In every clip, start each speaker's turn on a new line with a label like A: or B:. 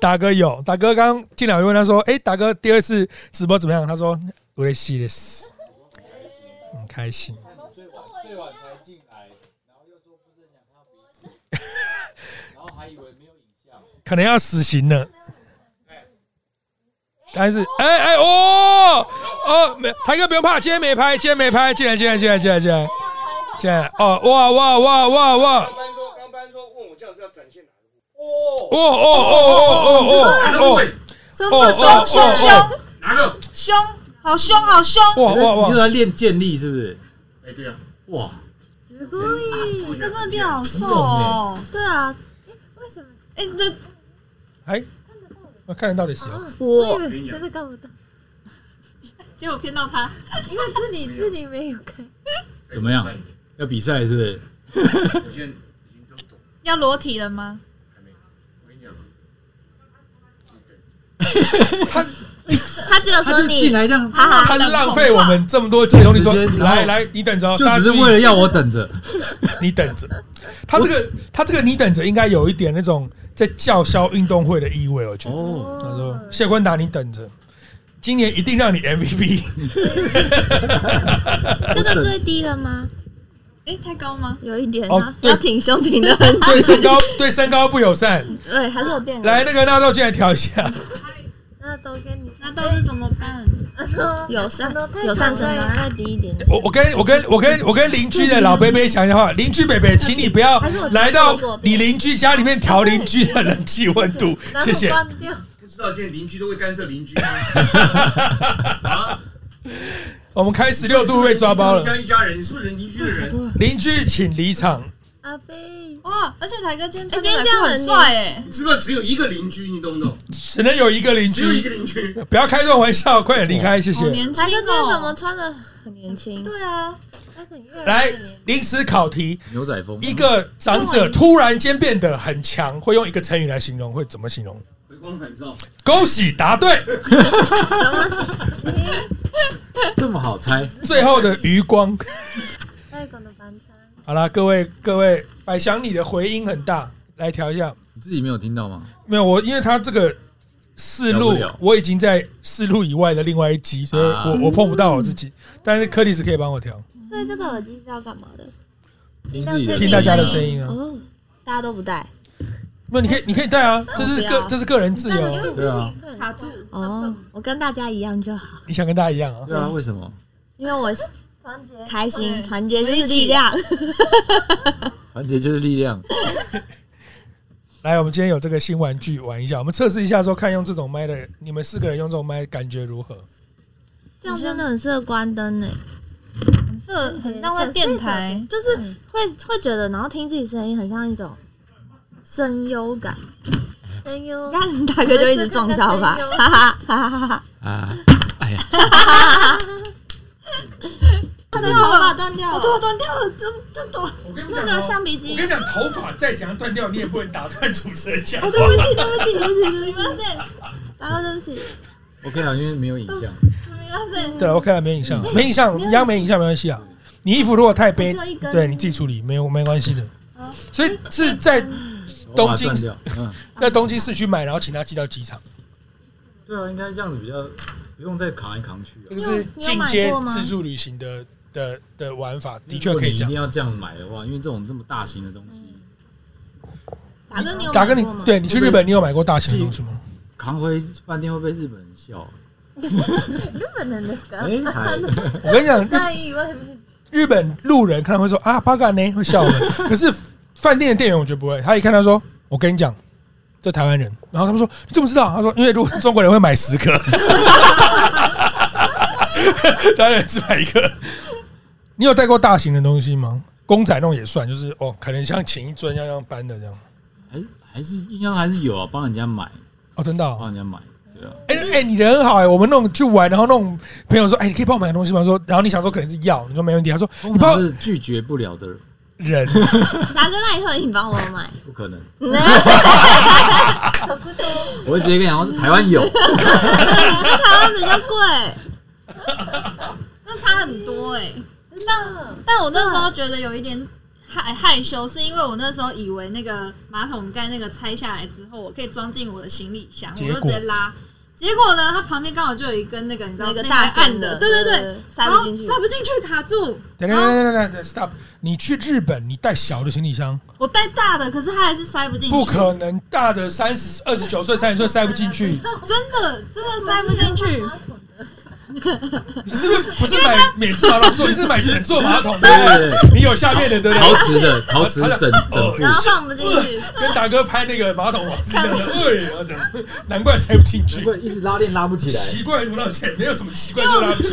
A: 达哥有，达哥刚刚进来我问他说：“哎、达哥第二次直播怎么样？”他说：“我的系列是很开心。
B: 最晚最晚才进来，然后又说不是很想看到彼此，然后还以为没有影像。”
A: 可能要死刑了。但是，哎、哎、哦哦，没，台哥不用怕，今天没拍，今天没拍，进来进来进来进来进来进来，哦哇哇哇哇哇，哦
C: 刚搬说，刚搬说，问我这样是要展现哪个部分？
A: 哦哦哦哦哦
D: 什
A: 哦
D: 么
A: 哦
D: 凶凶
A: 哦
D: 凶凶，好凶好凶！
A: 哦，哇哇
B: 你
A: 哇！
B: 在练健力是不是？
C: 哎，对啊，
B: 哇，
D: 子故意，他哎真的变好瘦哦。对啊，哎，为什么？哎，你的
A: 哎，我看人到底谁？
D: 我
C: 以为真
D: 的看不到，结果骗到他，因为自己自己没有看。
B: 怎么样要比赛是不是？
C: 我现在已经都懂，
D: 要裸体了吗？
C: 还没。我跟你讲，
D: 他只有
B: 他就进来这样，
D: 好好
A: 他浪费我们这么多集中，你说来来，你等着哦，
B: 就
A: 大家
B: 只是
A: 注意
B: 为了要我等着。
A: 你等着。他这个他这个你等着，应该有一点那种在叫嚣运动会的意味，我觉得。
B: 哦，
A: 他说：“谢坤达，你等着，今年一定让你 MVP。
E: 这个最低了吗？
D: 哎，太高吗？
E: 有一点
A: 哦
E: 啊，
A: 对
E: 要挺胸挺的很
A: 对身高对身高不友善。
E: 对，还是有电
A: 来，那个纳豆进来调一下。
E: 那都跟你
D: 那到底怎么办？
E: 友善
D: 以
E: 友善什
D: 讲
E: 么？再低一点点，
A: 我我跟我跟我跟我跟邻居的老贝贝讲一下话，邻居贝贝，请你不要来到你邻居家里面调邻居的冷气温 度，谢谢。
D: 关掉。
C: 不知道现在邻居都会干涉 邻居吗？啊
A: 我们开十六度被抓包了，
C: 一家人，你是不是邻居的人？
A: 邻居请离场。
E: 阿贝，
D: 哇！而且台哥今天穿
E: 哎今天
D: 的
E: 这样
D: 很
E: 很
D: 帅哎，
C: 你知不知道只有一个邻居？你懂 不懂？
A: 只能有一个邻
C: 只有一个
A: 居，
C: 邻居，
A: 不要开这种玩笑，快点离开，谢
D: 好
A: 谢。
D: 年轻
E: 他就今天
D: 哦！
E: 怎么穿的很年轻？
D: 对啊，
E: 但是你越
A: 来
E: 越年，
A: 临时考题，
B: 牛仔风，
A: 一个长者突然间变得很强，会用一个成语来形容，会怎么形容？
C: 回光返照。
A: 恭喜答对！
B: 哎这么好猜，
A: 最后的余光。
E: 外国的晚餐，
A: 好啦，各位各位，百祥你的回音很大，来调一下。
B: 你自己没有听到吗？
A: 没有我，因为他这个四
B: 聊
A: 路
B: 不了，
A: 我已经在四路以外的另外一集，所以
B: 啊
A: 我我碰不到我自己。但是柯蒂斯可以帮我调，
E: 所以这个耳机是要干嘛的？
B: 听自己的
E: 听
A: 听大家的
E: 声
A: 声音啊。
E: 哦，大家都不戴
A: 那你可以你可以带啊，这是
E: 我不
A: 个
E: 要
A: 这是个人自由啊，
B: 对啊，
D: 卡住。
E: 哦，我跟大家一样就好，
A: 你想跟大家一样啊。
B: 对啊，为什么？
E: 因为我
F: 团结
E: 开心，
D: 对
E: 团结就是
D: 我们一起
E: 力量。
B: 团结就是力量。
A: 来，我们今天有这个新玩具玩一下，我们测试一下说看用这种麦的，你们四个人用这种麦感觉如何？
E: 这样真的很适合关灯呢，
D: 很适合，很像在电台。
E: 就是会会觉得，然后听自己声音很像一种声优感。
F: 声优
E: 你，看大哥就一直撞到 吧，
F: 我是这个声优
E: 哈哈哈哈哈哈！
B: 啊，哎呀，
E: 他的头发断掉了，
D: 断掉了，就就走。
A: 我跟你哦
E: 那个橡皮
A: 我
E: 筋
A: 跟，你讲，头发再怎样断掉，你也不能打断主持人讲话。
E: 对不起，对不起，对不起，对不起，大哥对不起，
B: 我可以啊，因为没有影像。
A: 对了，OK 啊了，没影像，没影像，压没影像没关系啊。你衣服如果太背
E: 嗯我只有一，根
A: 对你自己处理，没有没关系的。
E: 啊
A: 所
E: 哎
A: 以是在
E: 嗯
B: 头
A: 东
B: 发
A: 京
B: 断掉，嗯，
A: 在东京市区买，然后请他寄到机场，
B: 对啊，应该这样子比较不用再扛来扛去啊
A: 这。个是
E: 你有
A: 进
E: 买
A: 阶
E: 过吗嗯
A: 自助旅行的的的玩法，的确可以
B: 如果
A: 讲
B: 你一定。要这样买的话，因为这种这么大型的东西
E: 大哥你有
A: 大哥，
E: 买
A: 你
E: 过吗，
A: 对你去日本，你有买过大型的东西吗？
B: 扛回饭店会被日本人笑。
F: 日本人ですか？
B: 哎，还
A: 我跟你讲，日
F: 那以外面
A: 日本路人看到会说啊，八嘎呢，会笑我 们。可是饭店的店员我觉得不会，他一看他说，我跟你讲，这台湾人。然后他们说你怎么知道？他说因为如果是中国人会买十 颗，台湾人只买一个。你有带过大型的东西吗？公仔那种也算，就是哦，可能像请一尊要样搬的这样。
B: 还还是应该还是有啊，帮人家买，
A: 哦，真的、哦
B: 帮。人家买，对啊，
A: 哎、哎、你人很好哎、我们那种去玩，然后那种朋友说，哎、你可以帮我买个东西吗？说，然后你想说可能是药，你说没问题，他说你
B: 通
A: 帮
B: 常
A: 我
B: 是拒绝不了的，
A: 人，
E: 大哥那以后你帮我买，
B: 不可能。
F: 差不多。
B: 我会直接跟你讲，是台湾 有，
E: 因为台湾比较贵。
D: 欸那差很多哎、真的。但我那时候觉得有一点害害羞，是因为我那时候以为那个马桶盖那个拆下来之后，我可以装进我的行李箱，我
A: 结
D: 就
A: 果
D: 直接拉。结果呢，它旁边刚好就有一根那个你知道
G: 那个大
D: 大
G: 根
D: 按
G: 的
D: 对对对，
G: 塞不进去
D: 然后塞不进去，卡住。
A: 等等等等等等，stop！你去日本，你带小的行李箱，
D: 我带大的，可是它还是塞不进去，
A: 不可能大的三十二十九岁、三十岁塞不进 去。
D: 真的真的塞不进去。
A: 你是不是不是买免治马桶座，你是买整座马桶的？你有下面的对不
B: 陶
A: 对？
B: 瓷的，陶瓷整整副
E: 然，
H: 哦
E: 后放不进去，
A: 跟达哥拍那个马桶王是一样的，哎，然后这样难怪塞不进去。
H: 会一直拉链拉不起
A: 奇怪什么浪钱？没有什么奇怪就浪钱。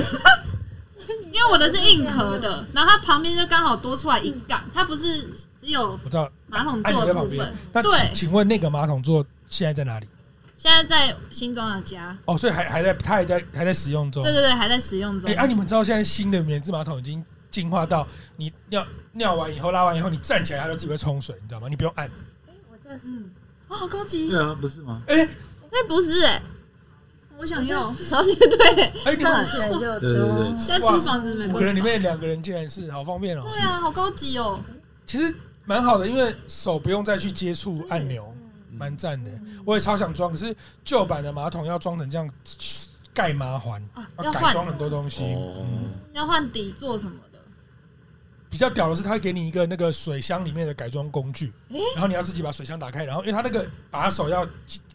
D: 因为我的是硬壳的，然后它旁边就刚好多出来一杠，它不是只有
A: 我知道，
D: 马桶
A: 按
D: 座
A: 钮在
D: 的
A: 旁
D: 部
A: 边
D: 分。。
A: 那请
D: 对
A: 请问那个马桶座现在在哪里？
D: 现在在新装的家，
A: 哦，所以还还在，它还在还在使用中
D: 对。对对，还在使用中
A: 哎，。啊，你们知道现在新的免治马桶已经进化到你尿尿完以后拉完以后，你站起来它就自己会冲水，你知道吗？你不用按。
E: 我这是
D: 嗯，哇，好高级，
B: 对啊，不是吗？
A: 哎
G: 那不是哎，
D: 我想要。
G: 然后就对，
A: 哎，你
E: 放
A: 们
E: 起来就
B: 对对对
E: 多。
D: 啊在租房子没
A: 五个人
D: 关
A: 里
D: 系。
A: 面两个人竟然是好方便哦。
D: 对啊，好高级哦。
A: 其实蛮好的，因为手不用再去接触按钮，
D: 嗯
A: 蛮赞的。我也超想装，可是旧版的马桶要装成这样，盖麻环，
D: 啊，
A: 要
D: 要
A: 改
D: 换
A: 装很多东西。
B: 哦，
D: 要换底座什么的，
A: 比较屌的是，它会给你一个那个水箱里面的改装工具，然后你要自己把水箱打开，然后因为它那个把手要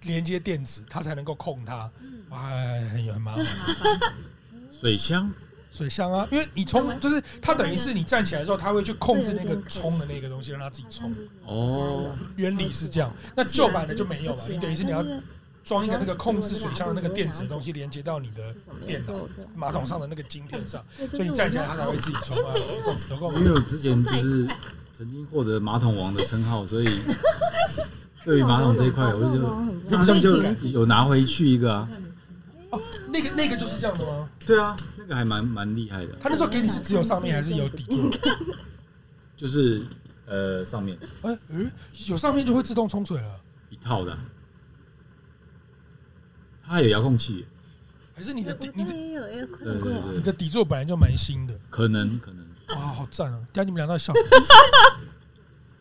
A: 连接电子，它才能够控它。哇，很有很麻烦。
D: 麻烦。
B: 水箱
A: 水箱啊，因为你冲就是它等于是你站起来的时候，它会去控制那个冲的那个东西，让它自己冲。
B: 哦，
A: 原理是这样。那旧版的就没有嘛，你等啊于是你要装一个那个控制水箱的那个电子的东西，连接到你的电脑马桶上的那个晶片上，所以你站起来它才会自己冲啊。有够有够
B: 因为我之前就是曾经获得马桶王的称号，所以 对于马桶这一块，我就马上就有拿回去一个啊。
A: 哦，那个那个就是这样的吗？
B: 对啊，那个还蛮蛮厉害的，
A: 他那时候给你是只有上面还是有底座？
B: 就是呃上面
A: 哎，嗯，有上面就会自动冲水了，
B: 一套的啊，它还有遥控器，
A: 还是你的底
E: 我
A: 你
E: 刚
A: 的
E: 也有要
B: 对
E: 看过
B: 对
E: 啊，
A: 你
B: 对，
A: 的底座本来就蛮新的，
B: 可能可能
A: 哇，好赞哦！等下你们俩到笑。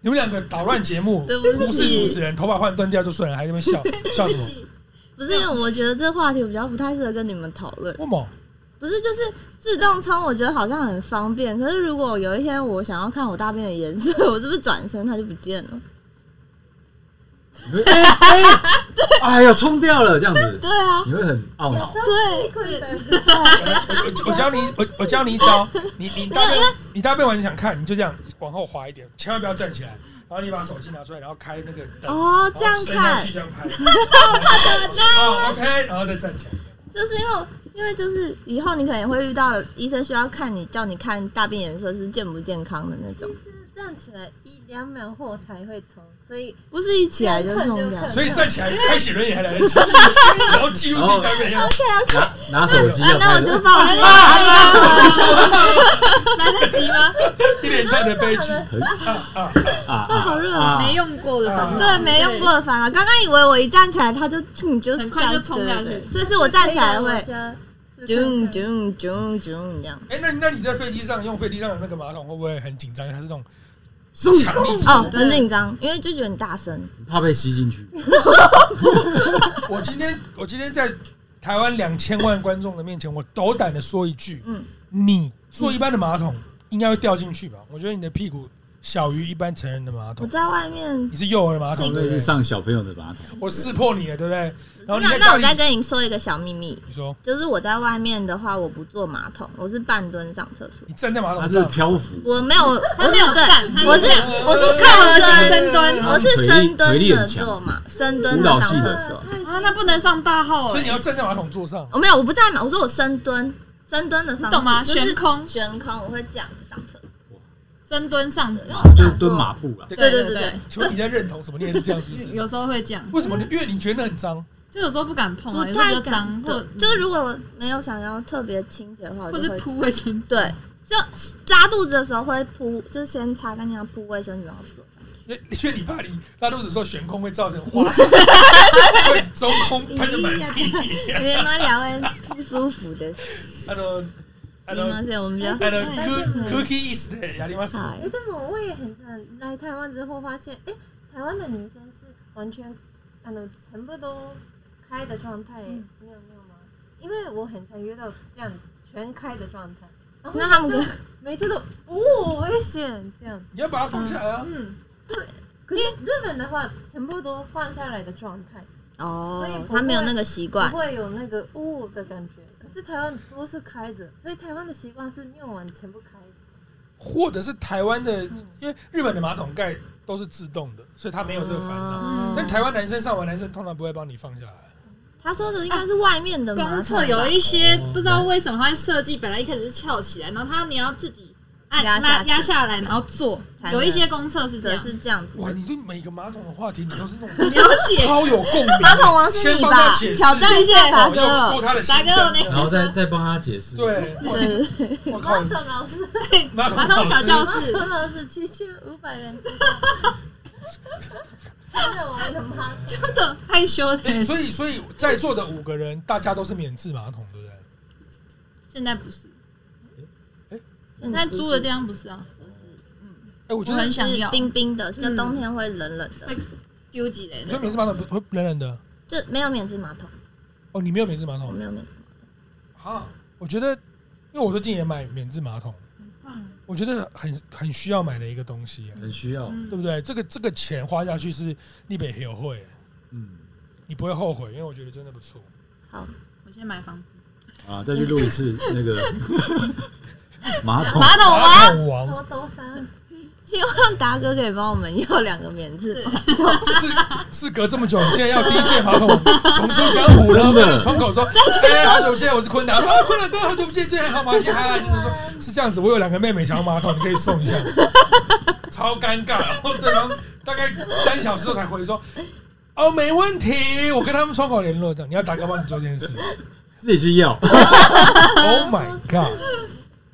A: 你们两个捣乱节目，
E: 对不
A: 忽视主持人，头发换断掉就算了，还在那边笑笑什么？
E: 不是因为我觉得这话题我比较不太适合跟你们讨论。
A: 为什么？
E: 不是，就是自动冲，我觉得好像很方便。可是如果有一天我想要看我大便的颜色，我是不是转身它就不见了？
B: 你会哎哎哎呀冲掉了这样子，
E: 对啊，
B: 你会很懊恼。
E: 对，
A: 我我教你，我我教你一招，你你大便你大便完想看，你就这样往后滑一点，千万不要站起来，然后你把手机拿出来，然后开那个灯，
E: 哦，这样
A: 然后伸下
E: 看
A: 去，这样拍，哦，OK，然后再站起来。
E: 就是因为因为就是以后你可能会遇到医生需要看你，叫你看大便颜色是健不健康的那种，
G: 站起来一两秒后才会冲，所以
E: 不是一起来就冲这样。
A: 所以站起来开写轮眼还来得及，然后记录自己大便的样子。
B: 拿手机
E: 啊
B: 要，
E: 那
B: 拍
E: 我就
B: 的，
E: 放我了。
D: 来得及吗？
A: 一连串的悲剧，
B: 啊啊，好热啊！
D: 没用过的方法，
E: 对，没用过的烦恼。刚刚以为我一站起来，它就你就
D: 很快就冲下去
E: 对对对所以是我站起来会
G: 就
E: 啾
G: 就
E: 啾啾啾这样。
A: 哎、那那你在飞机上用飞机上的那个马桶会不会很紧张？因为它是那种强力冲
E: 哦，很紧张，因为就觉得很大声。
B: 怕被吸进去，
A: 我今天我今天在台湾两千万观众的面前，我斗胆的说一句，嗯
E: 嗯，
A: 你坐一般的马桶应该会掉进去吧？我觉得你的屁股小于一般成人的马
E: 我
A: 桶，
E: 在外面，
A: 你是幼儿马桶
B: 那
A: 对不
B: 是
A: 对？
B: 上小朋友的马桶，
A: 我识破你了，对不对？然后哦你
E: 那
A: 在
E: 那
A: 家
E: 我
A: 里
E: 再，跟你说一个小秘密，
A: 你说
E: 就是我在外面的话，我不坐马桶，我是半蹲上厕所。
A: 你站在马
B: 它
A: 桶
B: 是
A: 上，
B: 漂浮，
E: 我没有，我
D: 他没
E: 没
D: 有
E: 有对，
D: 站，他
E: 我是我是
D: 我
E: 深
D: 深
E: 蹲，
D: 蹲
E: 我是深
B: 腿
E: 蹲
B: 力
E: 的
B: 很强
E: 坐嘛，深蹲的上厕所。
D: 啊，那不能上大号
A: 所以你
D: 哎，
A: 要站在马桶座上。
E: 我没有，我不站嘛，我说我深蹲，深蹲的方式，
D: 懂吗？
E: 就是
D: 悬空
E: 悬空，我会这样子上厕所，
D: 深蹲上的，
B: 就是蹲马步啊了。
E: 对对对对，
A: 请问你在认同什么？你也是这样是不
D: 有
A: 是？
D: 有时候会这样，
A: 为什么你？因为你觉得很脏，
D: 就有时候不敢碰啊，
E: 不
D: 有时候
E: 太
D: 就
E: 敢
D: 脏，或
E: 对，就是如果没有想要特别清洁的话，我
D: 或
E: 就是会
D: 铺卫生纸，
E: 对，就拉肚子的时候会铺，就是先擦干净，要铺卫生纸，然后说。
A: 因为因为你怕你拉肚子的时候悬空会造成花洒会中空喷的满地。
E: 你们聊会不舒服的。
A: あのあ
E: すい
A: の、
E: ません、我 们比较
A: あの、ク、
D: 嗯
A: クッキーイースでやります。
E: 嗨
G: 哎，但我我也很常来台湾之后发现，哎，台湾的女生是完全，啊，那全部都开的状态，
E: 嗯
G: 你有没有吗？因为我很常约到这样全开的状态，然后
E: 那他们
G: 就
E: 跟
G: 每次都哦，我也选这样，
A: 你要把它放下来啊！
G: 嗯，对。可是日本的话，全部都放下来的状态，所以
E: 哦，
G: 不会
E: 他没有那个习惯
G: 不，会有那个哦的感觉。可是台湾都是开着，所以台湾的习惯是用完全部开着。
A: 或者是台湾的，因为日本的马桶盖都是自动的，所以他没有这个烦恼。
E: 哦
A: 但台湾男生上完，男生通常不会帮你放下来。
E: 他说的应该是外面的马桶吧
I: 公厕有一些不知道为什么它会设计，本来一开始是翘起来，然后它你要自己按
E: 压下
I: 拉
E: 去
I: 压下来，然后坐
E: 才。能
I: 有一些公厕是这
E: 则
I: 样，
E: 是这样子
A: 哇，
E: 的。
A: 你对每个马桶的话题，你都是那种
I: 了解。
A: 超有共鸣的。
E: 马桶王是
A: 先
E: 你
A: 帮他
E: 吧
A: 解？释
E: 挑战一下达
A: 哦
E: 哥
A: 要
E: 了
A: 说。他的心
I: 达哥
A: 声
I: 呢
B: 然后再再帮他解释。，
A: 对，
E: 对
A: 我靠，
G: 老师，
A: 马
I: 马桶小教 室，
G: 唐老师区区五百人之上，看着我们的妈，
I: 真的害羞
A: 哎
I: 的。
A: 所以所以在座的五个人，大家都是免治马桶，对不对？
I: 现在不是，
E: 现
I: 那
E: 在
I: 租的地方不是啊，
A: 哎，我觉
I: 我
A: 得
I: 很想
E: 是
I: 要
E: 冰冰的，就
I: 嗯
E: 冬天会冷冷的
I: 会，丢几雷
A: 你
I: 的
A: 说。免治马桶不会冷冷的
E: 就没有免治马桶，
A: 哦，你没有免治马
E: 我
A: 桶
E: 没有免治。
A: 啊？我觉得，因为我最近也买免治马桶，我觉得很很需要买的一个东西，
B: 很需要。
A: 对不对？这个这个钱花下去是立北很有会，
B: 嗯，
A: 你不会后悔，因为我觉得真的不错。
I: 我先买房子，
B: 啊，再去录一次那个马桶。
I: 马桶
A: 马
I: 王
A: 桶王啊
G: 多多三，
E: 希望达哥可以帮我们要两个免治马桶。
A: 事事隔这么久，你竟然要第一届马桶重出江湖了，
B: 真的
A: 窗口说：“哎，好久不见，我是坤达。”啊，坤达哥，好久不见，最近好吗？先嗨嗨，就是说是这样子，我有两个妹妹想要马桶，你可以送一下吗。超尴尬，然后对方大概三小时后才回说：“哦，没问题，我跟他们窗口联络的，你要打哥帮你做这件事。
B: 自己去要。
A: ”Oh my god！哎，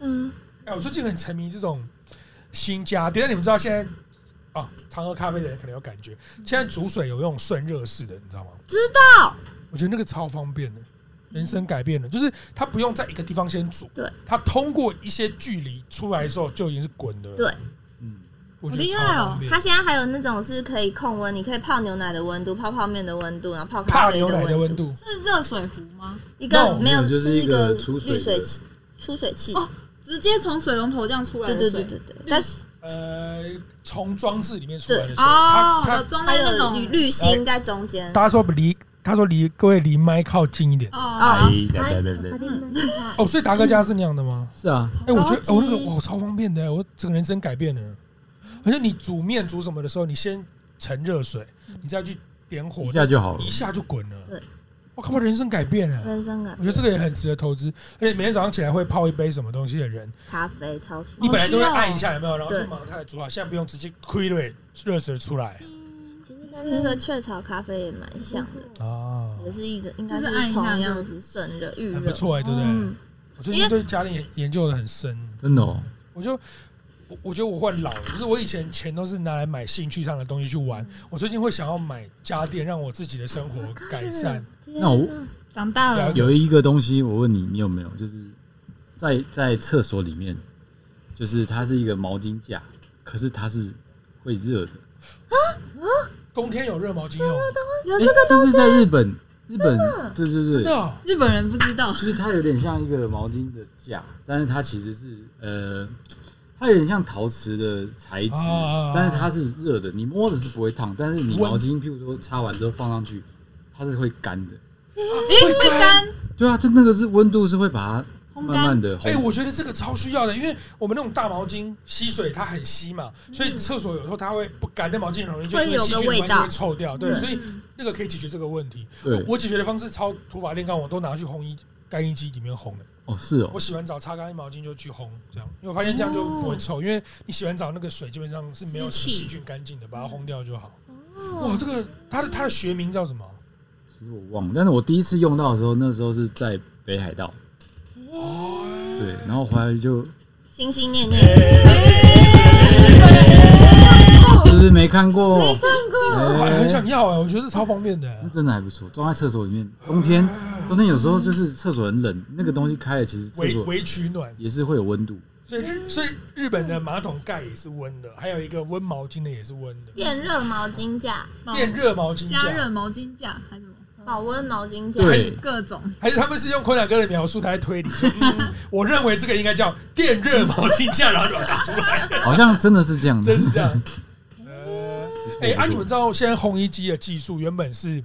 E: 嗯
A: 我最近很沉迷这种新家电，但你们知道现在。哦，常喝咖啡的人可能有感觉，现在煮水有那种瞬热式的，你知道吗？
E: 知道，
A: 我觉得那个超方便的，人生改变了，就是它不用在一个地方先煮，
E: 对，
A: 它通过一些距离出来的时候就已经是滚的了，
E: 对，
B: 嗯，
A: 我觉
I: 好
A: 得
I: 厉
A: 超
I: 害哦
A: 方便。
E: 它现在还有那种是可以控温，你可以泡牛奶的温度、泡泡面的温度，然后泡咖
A: 怕
E: 啡
A: 牛奶的温
E: 温，
A: 度，
I: 是热水壶吗？
E: 一
A: No，
E: 个没有
B: 没有就是
E: 一
B: 一个储水
E: 滤水
B: 的
E: 器、出水器。
I: 哦直接从水龙头这样出来
E: 对
I: 的
E: 对
I: 水。
E: 对对对，但是
A: 呃，从装置里面出来的水，
I: 哦
A: 它，它
I: 装在
E: 还
I: 那
E: 有
I: 种
E: 滤滤芯在中间。
A: 大家说离，他说离各位离麦靠近一点
I: 哦，
B: 对对
G: 他
B: 对，
G: 听不到，
A: 哦，所以达哥家是那样的吗？
E: 嗯
B: 是啊，
A: 哎，我觉得哦，那个哇，超方便的，我整个人生改变了。而且你煮面煮什么的时候，你先盛热水，你再去点火
B: 一，下就好了
A: 一。下就滚了。
E: 嗯对，
A: 我靠，我人生改变了。
E: 认真感
A: 我觉得这个也很值得投资，而且每天早上起来会泡一杯什么东西的人，
E: 咖啡超爽
A: 你本来都会
I: 需要哦
A: 按一下有没有，然后
E: 哦对
A: 就马上开始煮好，现在不用直接亏了热水出来
G: 其实刚
E: 那个雀巢咖啡也蛮像的，
A: 啊，
E: 也是一直应该
I: 就是按一
E: 是
I: 下
E: 同
I: 就
E: 样子顺热预
A: 很不
E: 热。
A: 错哎，对不对？
E: 嗯，
A: 我最近对家里研究的很深，
B: 真的哦，
A: 我就我我觉得我换老了，就是我以前钱都是拿来买兴趣上的东西去玩，
E: 嗯
A: 我最近会想要买家电，让我自己的生活改善。啊
B: 那我
I: 长
E: 啊
I: 大 了，
B: 有一个东西，我问你，你有没有？就是在在厕所里面，就是它是一个毛巾架，可是它是会热的。
A: 冬天有热毛巾哦用，
B: 哎，这是在日本，日本，对对
A: 啊真
B: 对
A: 的，哦
I: 日本人不知道
B: 就是它有点像一个毛巾的架，但是它其实是呃，它有点像陶瓷的材质
A: 啊，
B: 但是它是热的，你摸的是不会烫，但是你
A: 温
B: 毛巾，譬如说擦完之后放上去，它是会干的。
A: 会干。
B: 对啊，就那个是温度是会把它
I: 烘
B: 慢慢
I: 干，
B: 的
A: 哎、
B: 烘。
A: 我觉得这个超需要的，因为我们那种大毛巾吸水，它很吸嘛，所以厕所有时候它会不干，那毛巾很容易就
E: 嗯会
A: 因为
E: 有
A: 细
E: 个
A: 菌的
E: 味
A: 关系会
E: 道
A: 臭掉。对，
E: 嗯
A: 所以那个可以解决这个问题。
B: 对，
A: 我解决的方式超土法炼钢，我都拿去烘衣干衣机里面烘的。
B: 哦是哦
A: 我，洗完澡擦干衣毛巾就去烘，这样，因为我发现这样就不会臭，因为你洗完澡那个水基本上是没有什么
I: 湿气
A: 细菌干净的，把它烘掉就好。哇，这个它的它的学名叫 什么？
B: 其实我忘了，但是我第一次用到的时候，那时候是在北海道，哦对，然后回来就
E: 心心念念，
A: 哎
B: 是不是没看过？
G: 没看过，
A: 我还
B: 哎
A: 很想要哎、我觉得是超方便的、
B: 那真的还不错，装在厕所里面，冬天冬天有时候就是厕所很冷，那个东西开了，其实厕
A: 微
B: 所
A: 微取暖。
B: 也是会有温度。
A: 所以所以日本的马桶盖也是温的，还有一个温毛巾的也是温的，
E: 电热毛巾架、
A: 电热毛巾
I: 加热
A: 架。
I: 毛巾架还是什么，
E: 保温毛巾架，
B: 对，
I: 各 种
A: 还是他们是用坤乃哥的描述，他在推理。嗯我认为这个应该叫电热毛巾架，然后就把它打出来，
B: 好像真的是啊这样子
A: 真。是 这样。呃哎、啊，你们知道现在烘衣机的技术原本是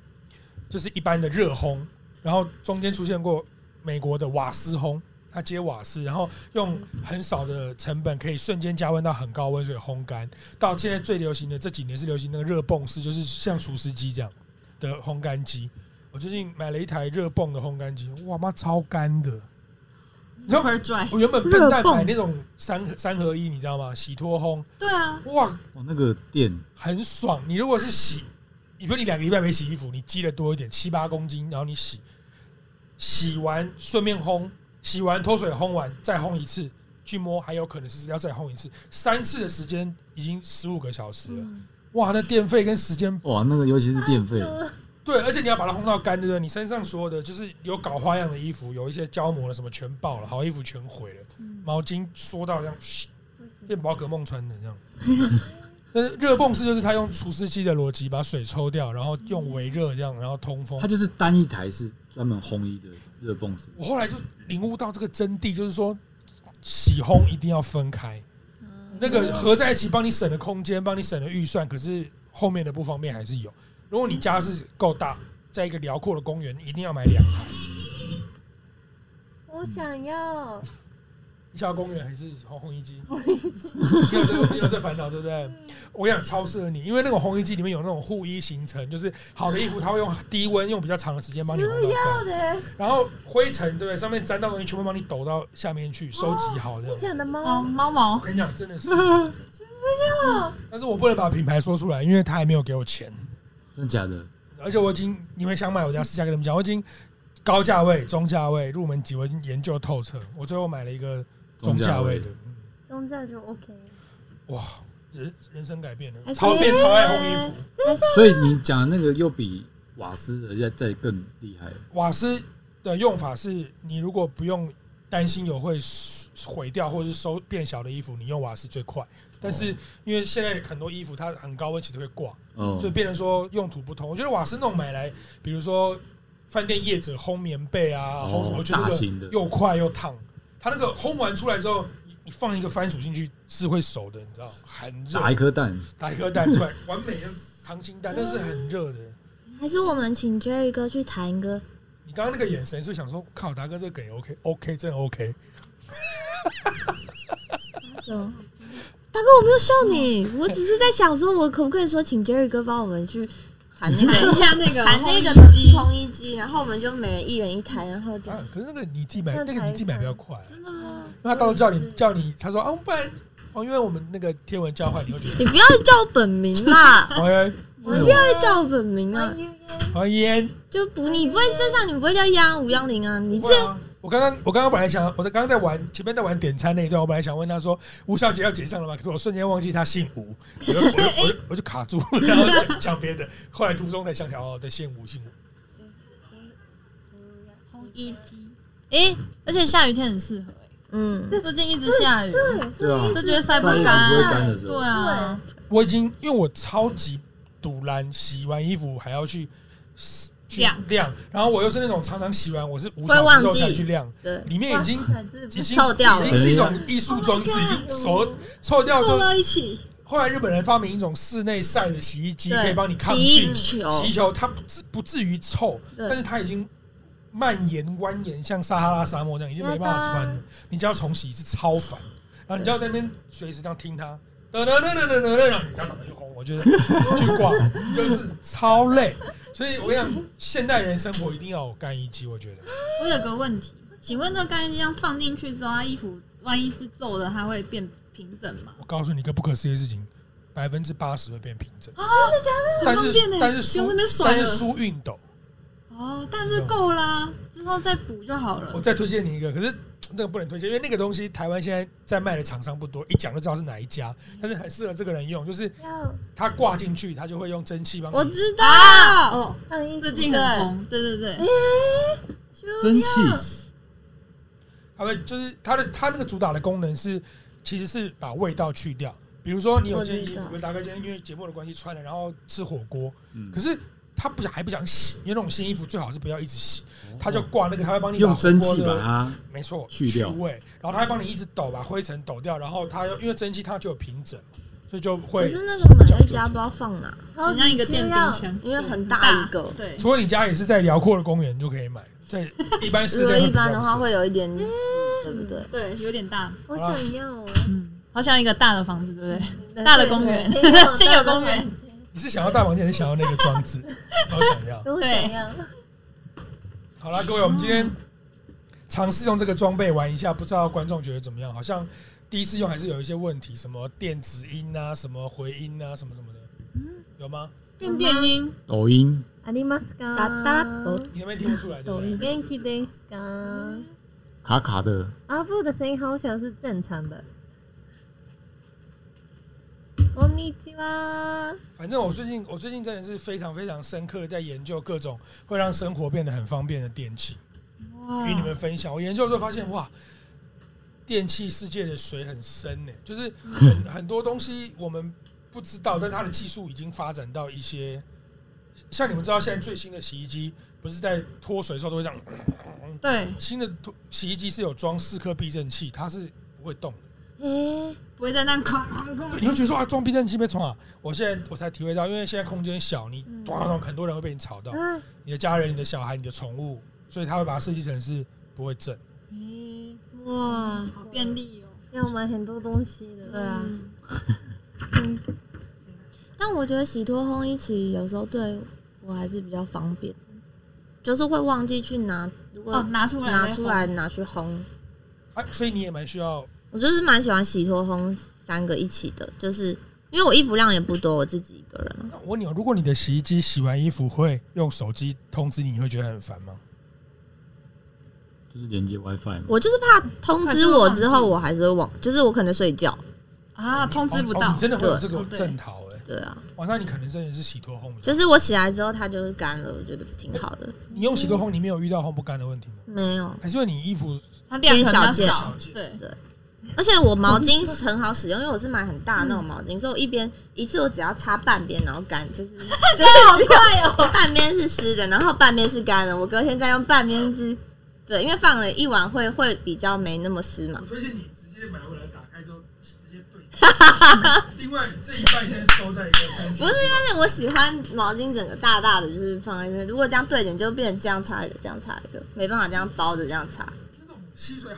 A: 就是一般的热烘，然后中间出现过美国的瓦斯烘，它接瓦斯，然后用很少的成本可以瞬间加温到很高温水烘干。到现在最流行的这几年是流行那个热泵式，就是像厨师机这样的烘干机。我最近买了一台热泵的烘干机，哇妈超干的！你知道
I: super dry。
A: 我原本笨蛋
D: 热泵
A: 买那种三三合一，你知道吗？洗脱烘，
I: 对啊，
A: 哇
B: 哦，那个店
A: 很爽。你如果是洗，你比如你两个礼拜没洗衣服，你积的多一点，七八公斤，然后你洗，洗完顺便烘，洗完脱水烘完再烘一次，去摸还有可能是要再烘一次，三次的时间已经十五个小时了。哇，那电费跟时间
B: 哇，那个尤其是电费，
A: 对，而且你要把它烘到干，对不对？你身上所有的就是有搞花样的衣服，有一些胶膜了什么全爆了，好衣服全毁了，毛巾缩到这样，嘘变宝可梦穿的这样。但是热泵式就是它用除湿机的逻辑把水抽掉，然后用微热这样，然后通风
B: 它。就是单一台是专门烘衣的热泵式。
A: 我后来就领悟到这个真谛，就是说洗烘一定要分开，那个合在一起帮你省了空间，帮你省了预算，可是后面的不方便还是有。如果你家是够大，在一个辽阔的公园，一定要买两台。
G: 我想要，
A: 一下公园还是烘衣机，你有这你有这烦恼对不对？我跟你讲超适合你，因为那种烘衣机里面有那种护衣行程，就是好的衣服它会用低温用比较长的时间帮你烘到干，
G: 对，
A: 然后灰尘对不对？上面沾到东西全部帮你抖到下面去，收集好这
G: 你
A: 样子。
G: 讲的
I: 哦，
G: 猫，
I: 猫毛
A: 我跟你讲，真的 是，但是我不能把品牌说出来，因为他还没有给我钱，
B: 真的假的？
A: 而且我已经你们想买，我等一下私下跟你们讲，我已经高价位、中价位、入门级，我已经研究透彻，我最后买了一个中价位的。嗯
G: 宗教就 OK。
A: 哇，人人生改变
E: 还
B: 啊
A: 了，
E: 是
A: 超变超爱烘衣服。
B: 所以你讲的那个又比瓦斯的要再更厉害。
A: 瓦斯的用法是，你如果不用担心有会毁掉或者是收变小的衣服，你用瓦斯最快。但是因为现在很多衣服它很高温其实会挂，
B: 哦
A: 所以，变成说用途不同。我觉得瓦斯那种买来，比如说饭店业者烘棉被啊，
B: 哦
A: 烘什么，我觉得那
B: 大
A: 个
B: 型的
A: 又快又烫。它那个烘完出来之后，你你放一个番薯进去是会熟的，你知道，很热，
B: 打一颗蛋，
A: 打一颗蛋出来，完美的溏心蛋，但是很热的。
E: 还是我们请 Jerry 哥去弹一个？
A: 你刚刚那个眼神是想说，靠，达哥这个梗也 OK OK 真的 OK，
E: 什么大哥，我没有笑你，我只是在想说，我可不可以说请 Jerry 哥帮我们去弹那
I: 弹一
E: 个
I: 下那 个
E: 弹那个
I: 烘衣机，
E: 烘衣机，然后我们就每人一人一台，然后这样
A: 啊，可是那个你自己买，
G: 那
A: 那个你
G: 排
A: 自己买比较
G: 山
A: 快啊，
I: 真的吗？
A: 因为他到时候叫你叫你，他说啊，不然哦，因为我们那个贴文交换，你会觉得，
E: 你不要叫本名啦
A: 哎
E: 不要叫本名啊，
A: 哎烟，
E: 就不你不会，就像你不会叫央五央零啊，你这
A: 不会啊我刚刚我刚刚本来想，我在刚刚在玩前面在玩点餐那一段，我本来想问他说吴小姐要结账了吗？可是我瞬间忘记她姓吴，我就我就我就我就卡住，然后讲讲别的，后来途中才想起来哦，对，姓吴姓吴。
I: 烘衣机，诶，而且下雨天很适合
E: 嗯，
I: 诶，最近一直下雨，
B: 对啊，
I: 就觉得晒不
B: 晒衣服不会干
I: 干。
B: 的时候
I: 对，啊，
A: 我已经因为我超级堵然，洗完衣服还要去去
I: 晾
A: 晾，然后我又是那种常常洗完我是五
E: 会
A: 小时
E: 忘
A: 之后才
E: 记
A: 去晾，
E: 对，
A: 里面已经已经
E: 臭掉了哦
A: 已经是一种艺术装置，已经熟臭掉
I: 坐
A: 就。
I: 到一起，
A: 后来日本人发明一种室内晒的洗衣机，
E: 对
A: 可以帮你抗
E: 洗衣
A: 菌。
E: 球
A: 洗衣球它不至不至于臭，
E: 对
A: 但是它已经蔓延蜿蜒，像撒哈拉沙漠那样，已经没办法穿了。你就要重洗一次，超烦。然后你就要在那边随时这样听它，噔噔噔噔噔噔噔，然后你就要赶快去烘，我觉得 去挂就是超累。所以我跟你讲，现代人生活一定要有干衣机，我觉得
I: 我有个问题，请问那干衣机这样放进去之后，它衣服万一是皱的，它会变平整吗？
A: 我告诉你一个不可思议的事情，百分之八十会变平整。
I: 啊很
A: 但
I: 方
A: 是
I: 便呢欸
A: 但是
I: 不用
A: 梳
I: 那边甩
A: 但是
I: 了
A: 梳熨斗，
I: 哦，但是够啦，之后再补就好
A: 我
I: 了。
A: 再推荐你一个，可是那个不能推荐，因为那个东西台湾现在在卖的厂商不多，一讲就知道是哪一家，
E: 嗯
A: 但是很适合这个人用，就是他挂进去，他就会用蒸汽帮
E: 我
A: 你。
E: 知道，
I: 哦，
G: 换衣服
I: 最近很红，对对对，
B: 蒸汽
A: 它会就是它的它那个主打的功能是，其实是把味道去掉。比如说你有件衣服，
E: 我知道
A: 比如大哥今天因为节目的关系穿了，然后吃火锅，
B: 嗯
A: 可是他不想还不想洗，因为那种新衣服最好是不要一直洗，他就挂那个，他会帮你把
B: 哦用蒸
A: 火
B: 汽
A: 锅
B: 把
A: 的
B: 它
A: 没错
B: 去掉
A: 味，然后他会帮你一直抖把灰尘抖掉，然后它又因为蒸汽它就有平整嘛，所以就
E: 可
A: 会。
E: 是那个买在家不知道放哪，
G: 超级
I: 很像一个电
G: 需
I: 冰
G: 要。
I: 箱，
E: 因为很大一个。
I: 对，
A: 除非你家也是在辽阔的公园就可以买，在一般室
E: 如果
A: 内
E: 一般的话
A: 会
E: 会有一点，对不对？
I: 对，有点大，
G: 我想要啊，
I: 嗯，好像一个大的房子，对不对？大的公园， 先有公园，
A: 比较适合你是想要大房间，还是想要那个装置？ 都想要。
G: 都想要。
A: 好啦，各位，我们今天尝试用这个装备玩一下，不知道观众觉得怎么样？好像第一次用还是有一些问题，什么电子音啊，什么回音啊，什么什么的，有吗？
I: 变电音，
B: 抖音
G: ありますか？
E: 哒哒抖
A: 你那边听不出来对不对？
G: 元気ですか？
B: 卡卡的，
G: 阿布的声音好小，是正常的。こんにちは。
A: 反正我最近，我最近真的是非常非常深刻的在研究各种会让生活变得很方便的电器，与你们分享。我研究之后发现，哇，电器世界的水很深呢、就是很很多东西我们不知道，但它的技术已经发展到一些，像你们知道现在最新的洗衣机不是在脱水的时候都会这样，
I: 对，
A: 新的脱洗衣机是有装四颗避震器，它是不会动的。
G: 诶，
I: 不会在那哐哐
A: 对
I: 哐，
A: 你会觉得说啊，装避震器被冲啊！我现在我才体会到，因为现在空间小，你
I: 嗯
A: 咚咚咚，很多人会被你吵到，
G: 啊，
A: 你的家人、你的小孩、你的宠物，所以他会把它设计成是不会震。
I: 诶
G: 哇，
I: 好便利哦，
G: 要买很多东西
I: 对
G: 了。
I: 啊，
E: 嗯但我觉得洗脱烘一起有时候对我还是比较方便，就是会忘记去拿，如
I: 哦，
E: 果
I: 拿出来，
E: 拿出来，拿去烘，
A: 哎、所以你也蛮需要
E: 我就是蛮喜欢洗脱烘三个一起的，就是因为我衣服量也不多，我自己一个人
I: 嗯
E: 嘛，
A: 那我问你哦，如果你的洗衣机洗完衣服会用手机通知你，你会觉得很烦吗？
B: 就是连接 WiFi 嘛。
E: 我就是怕通知我之后我还是会忘，就是我可能睡觉，
I: 啊，通知不
A: 哦哦
I: 到
A: 你，真的会有这个
I: 对对
A: 正逃哎、
E: 对啊，
A: 哇，那你可能真的是洗脱烘比较。
E: 就是我起来之后它就是干了，我觉得挺好的，
A: 你用
I: 嗯
A: 洗脱烘，你没有遇到烘不干的问题吗？
E: 没有。
A: 还是因为你衣服
I: 它量可能比
E: 变
I: 较
E: 小
I: 少，对，
E: 而且我毛巾很好使用，因为我是买很大的那种毛巾，所以我一边一次我只要擦半边，然后干， 就是就是好快哦，半边是湿的，然后半边是干的，我隔天再用半边是，对，因为放了一晚会会比较没那么湿嘛
A: 我。推荐你直接买回来，打开之后直接 对。另外这一半先收在一个空间。
E: 不是但是我喜欢毛巾整个大大的，就是放在那，如果这样对点就变成这样擦一个，这样擦一个，没办法这样包着这样擦。
A: 那种吸水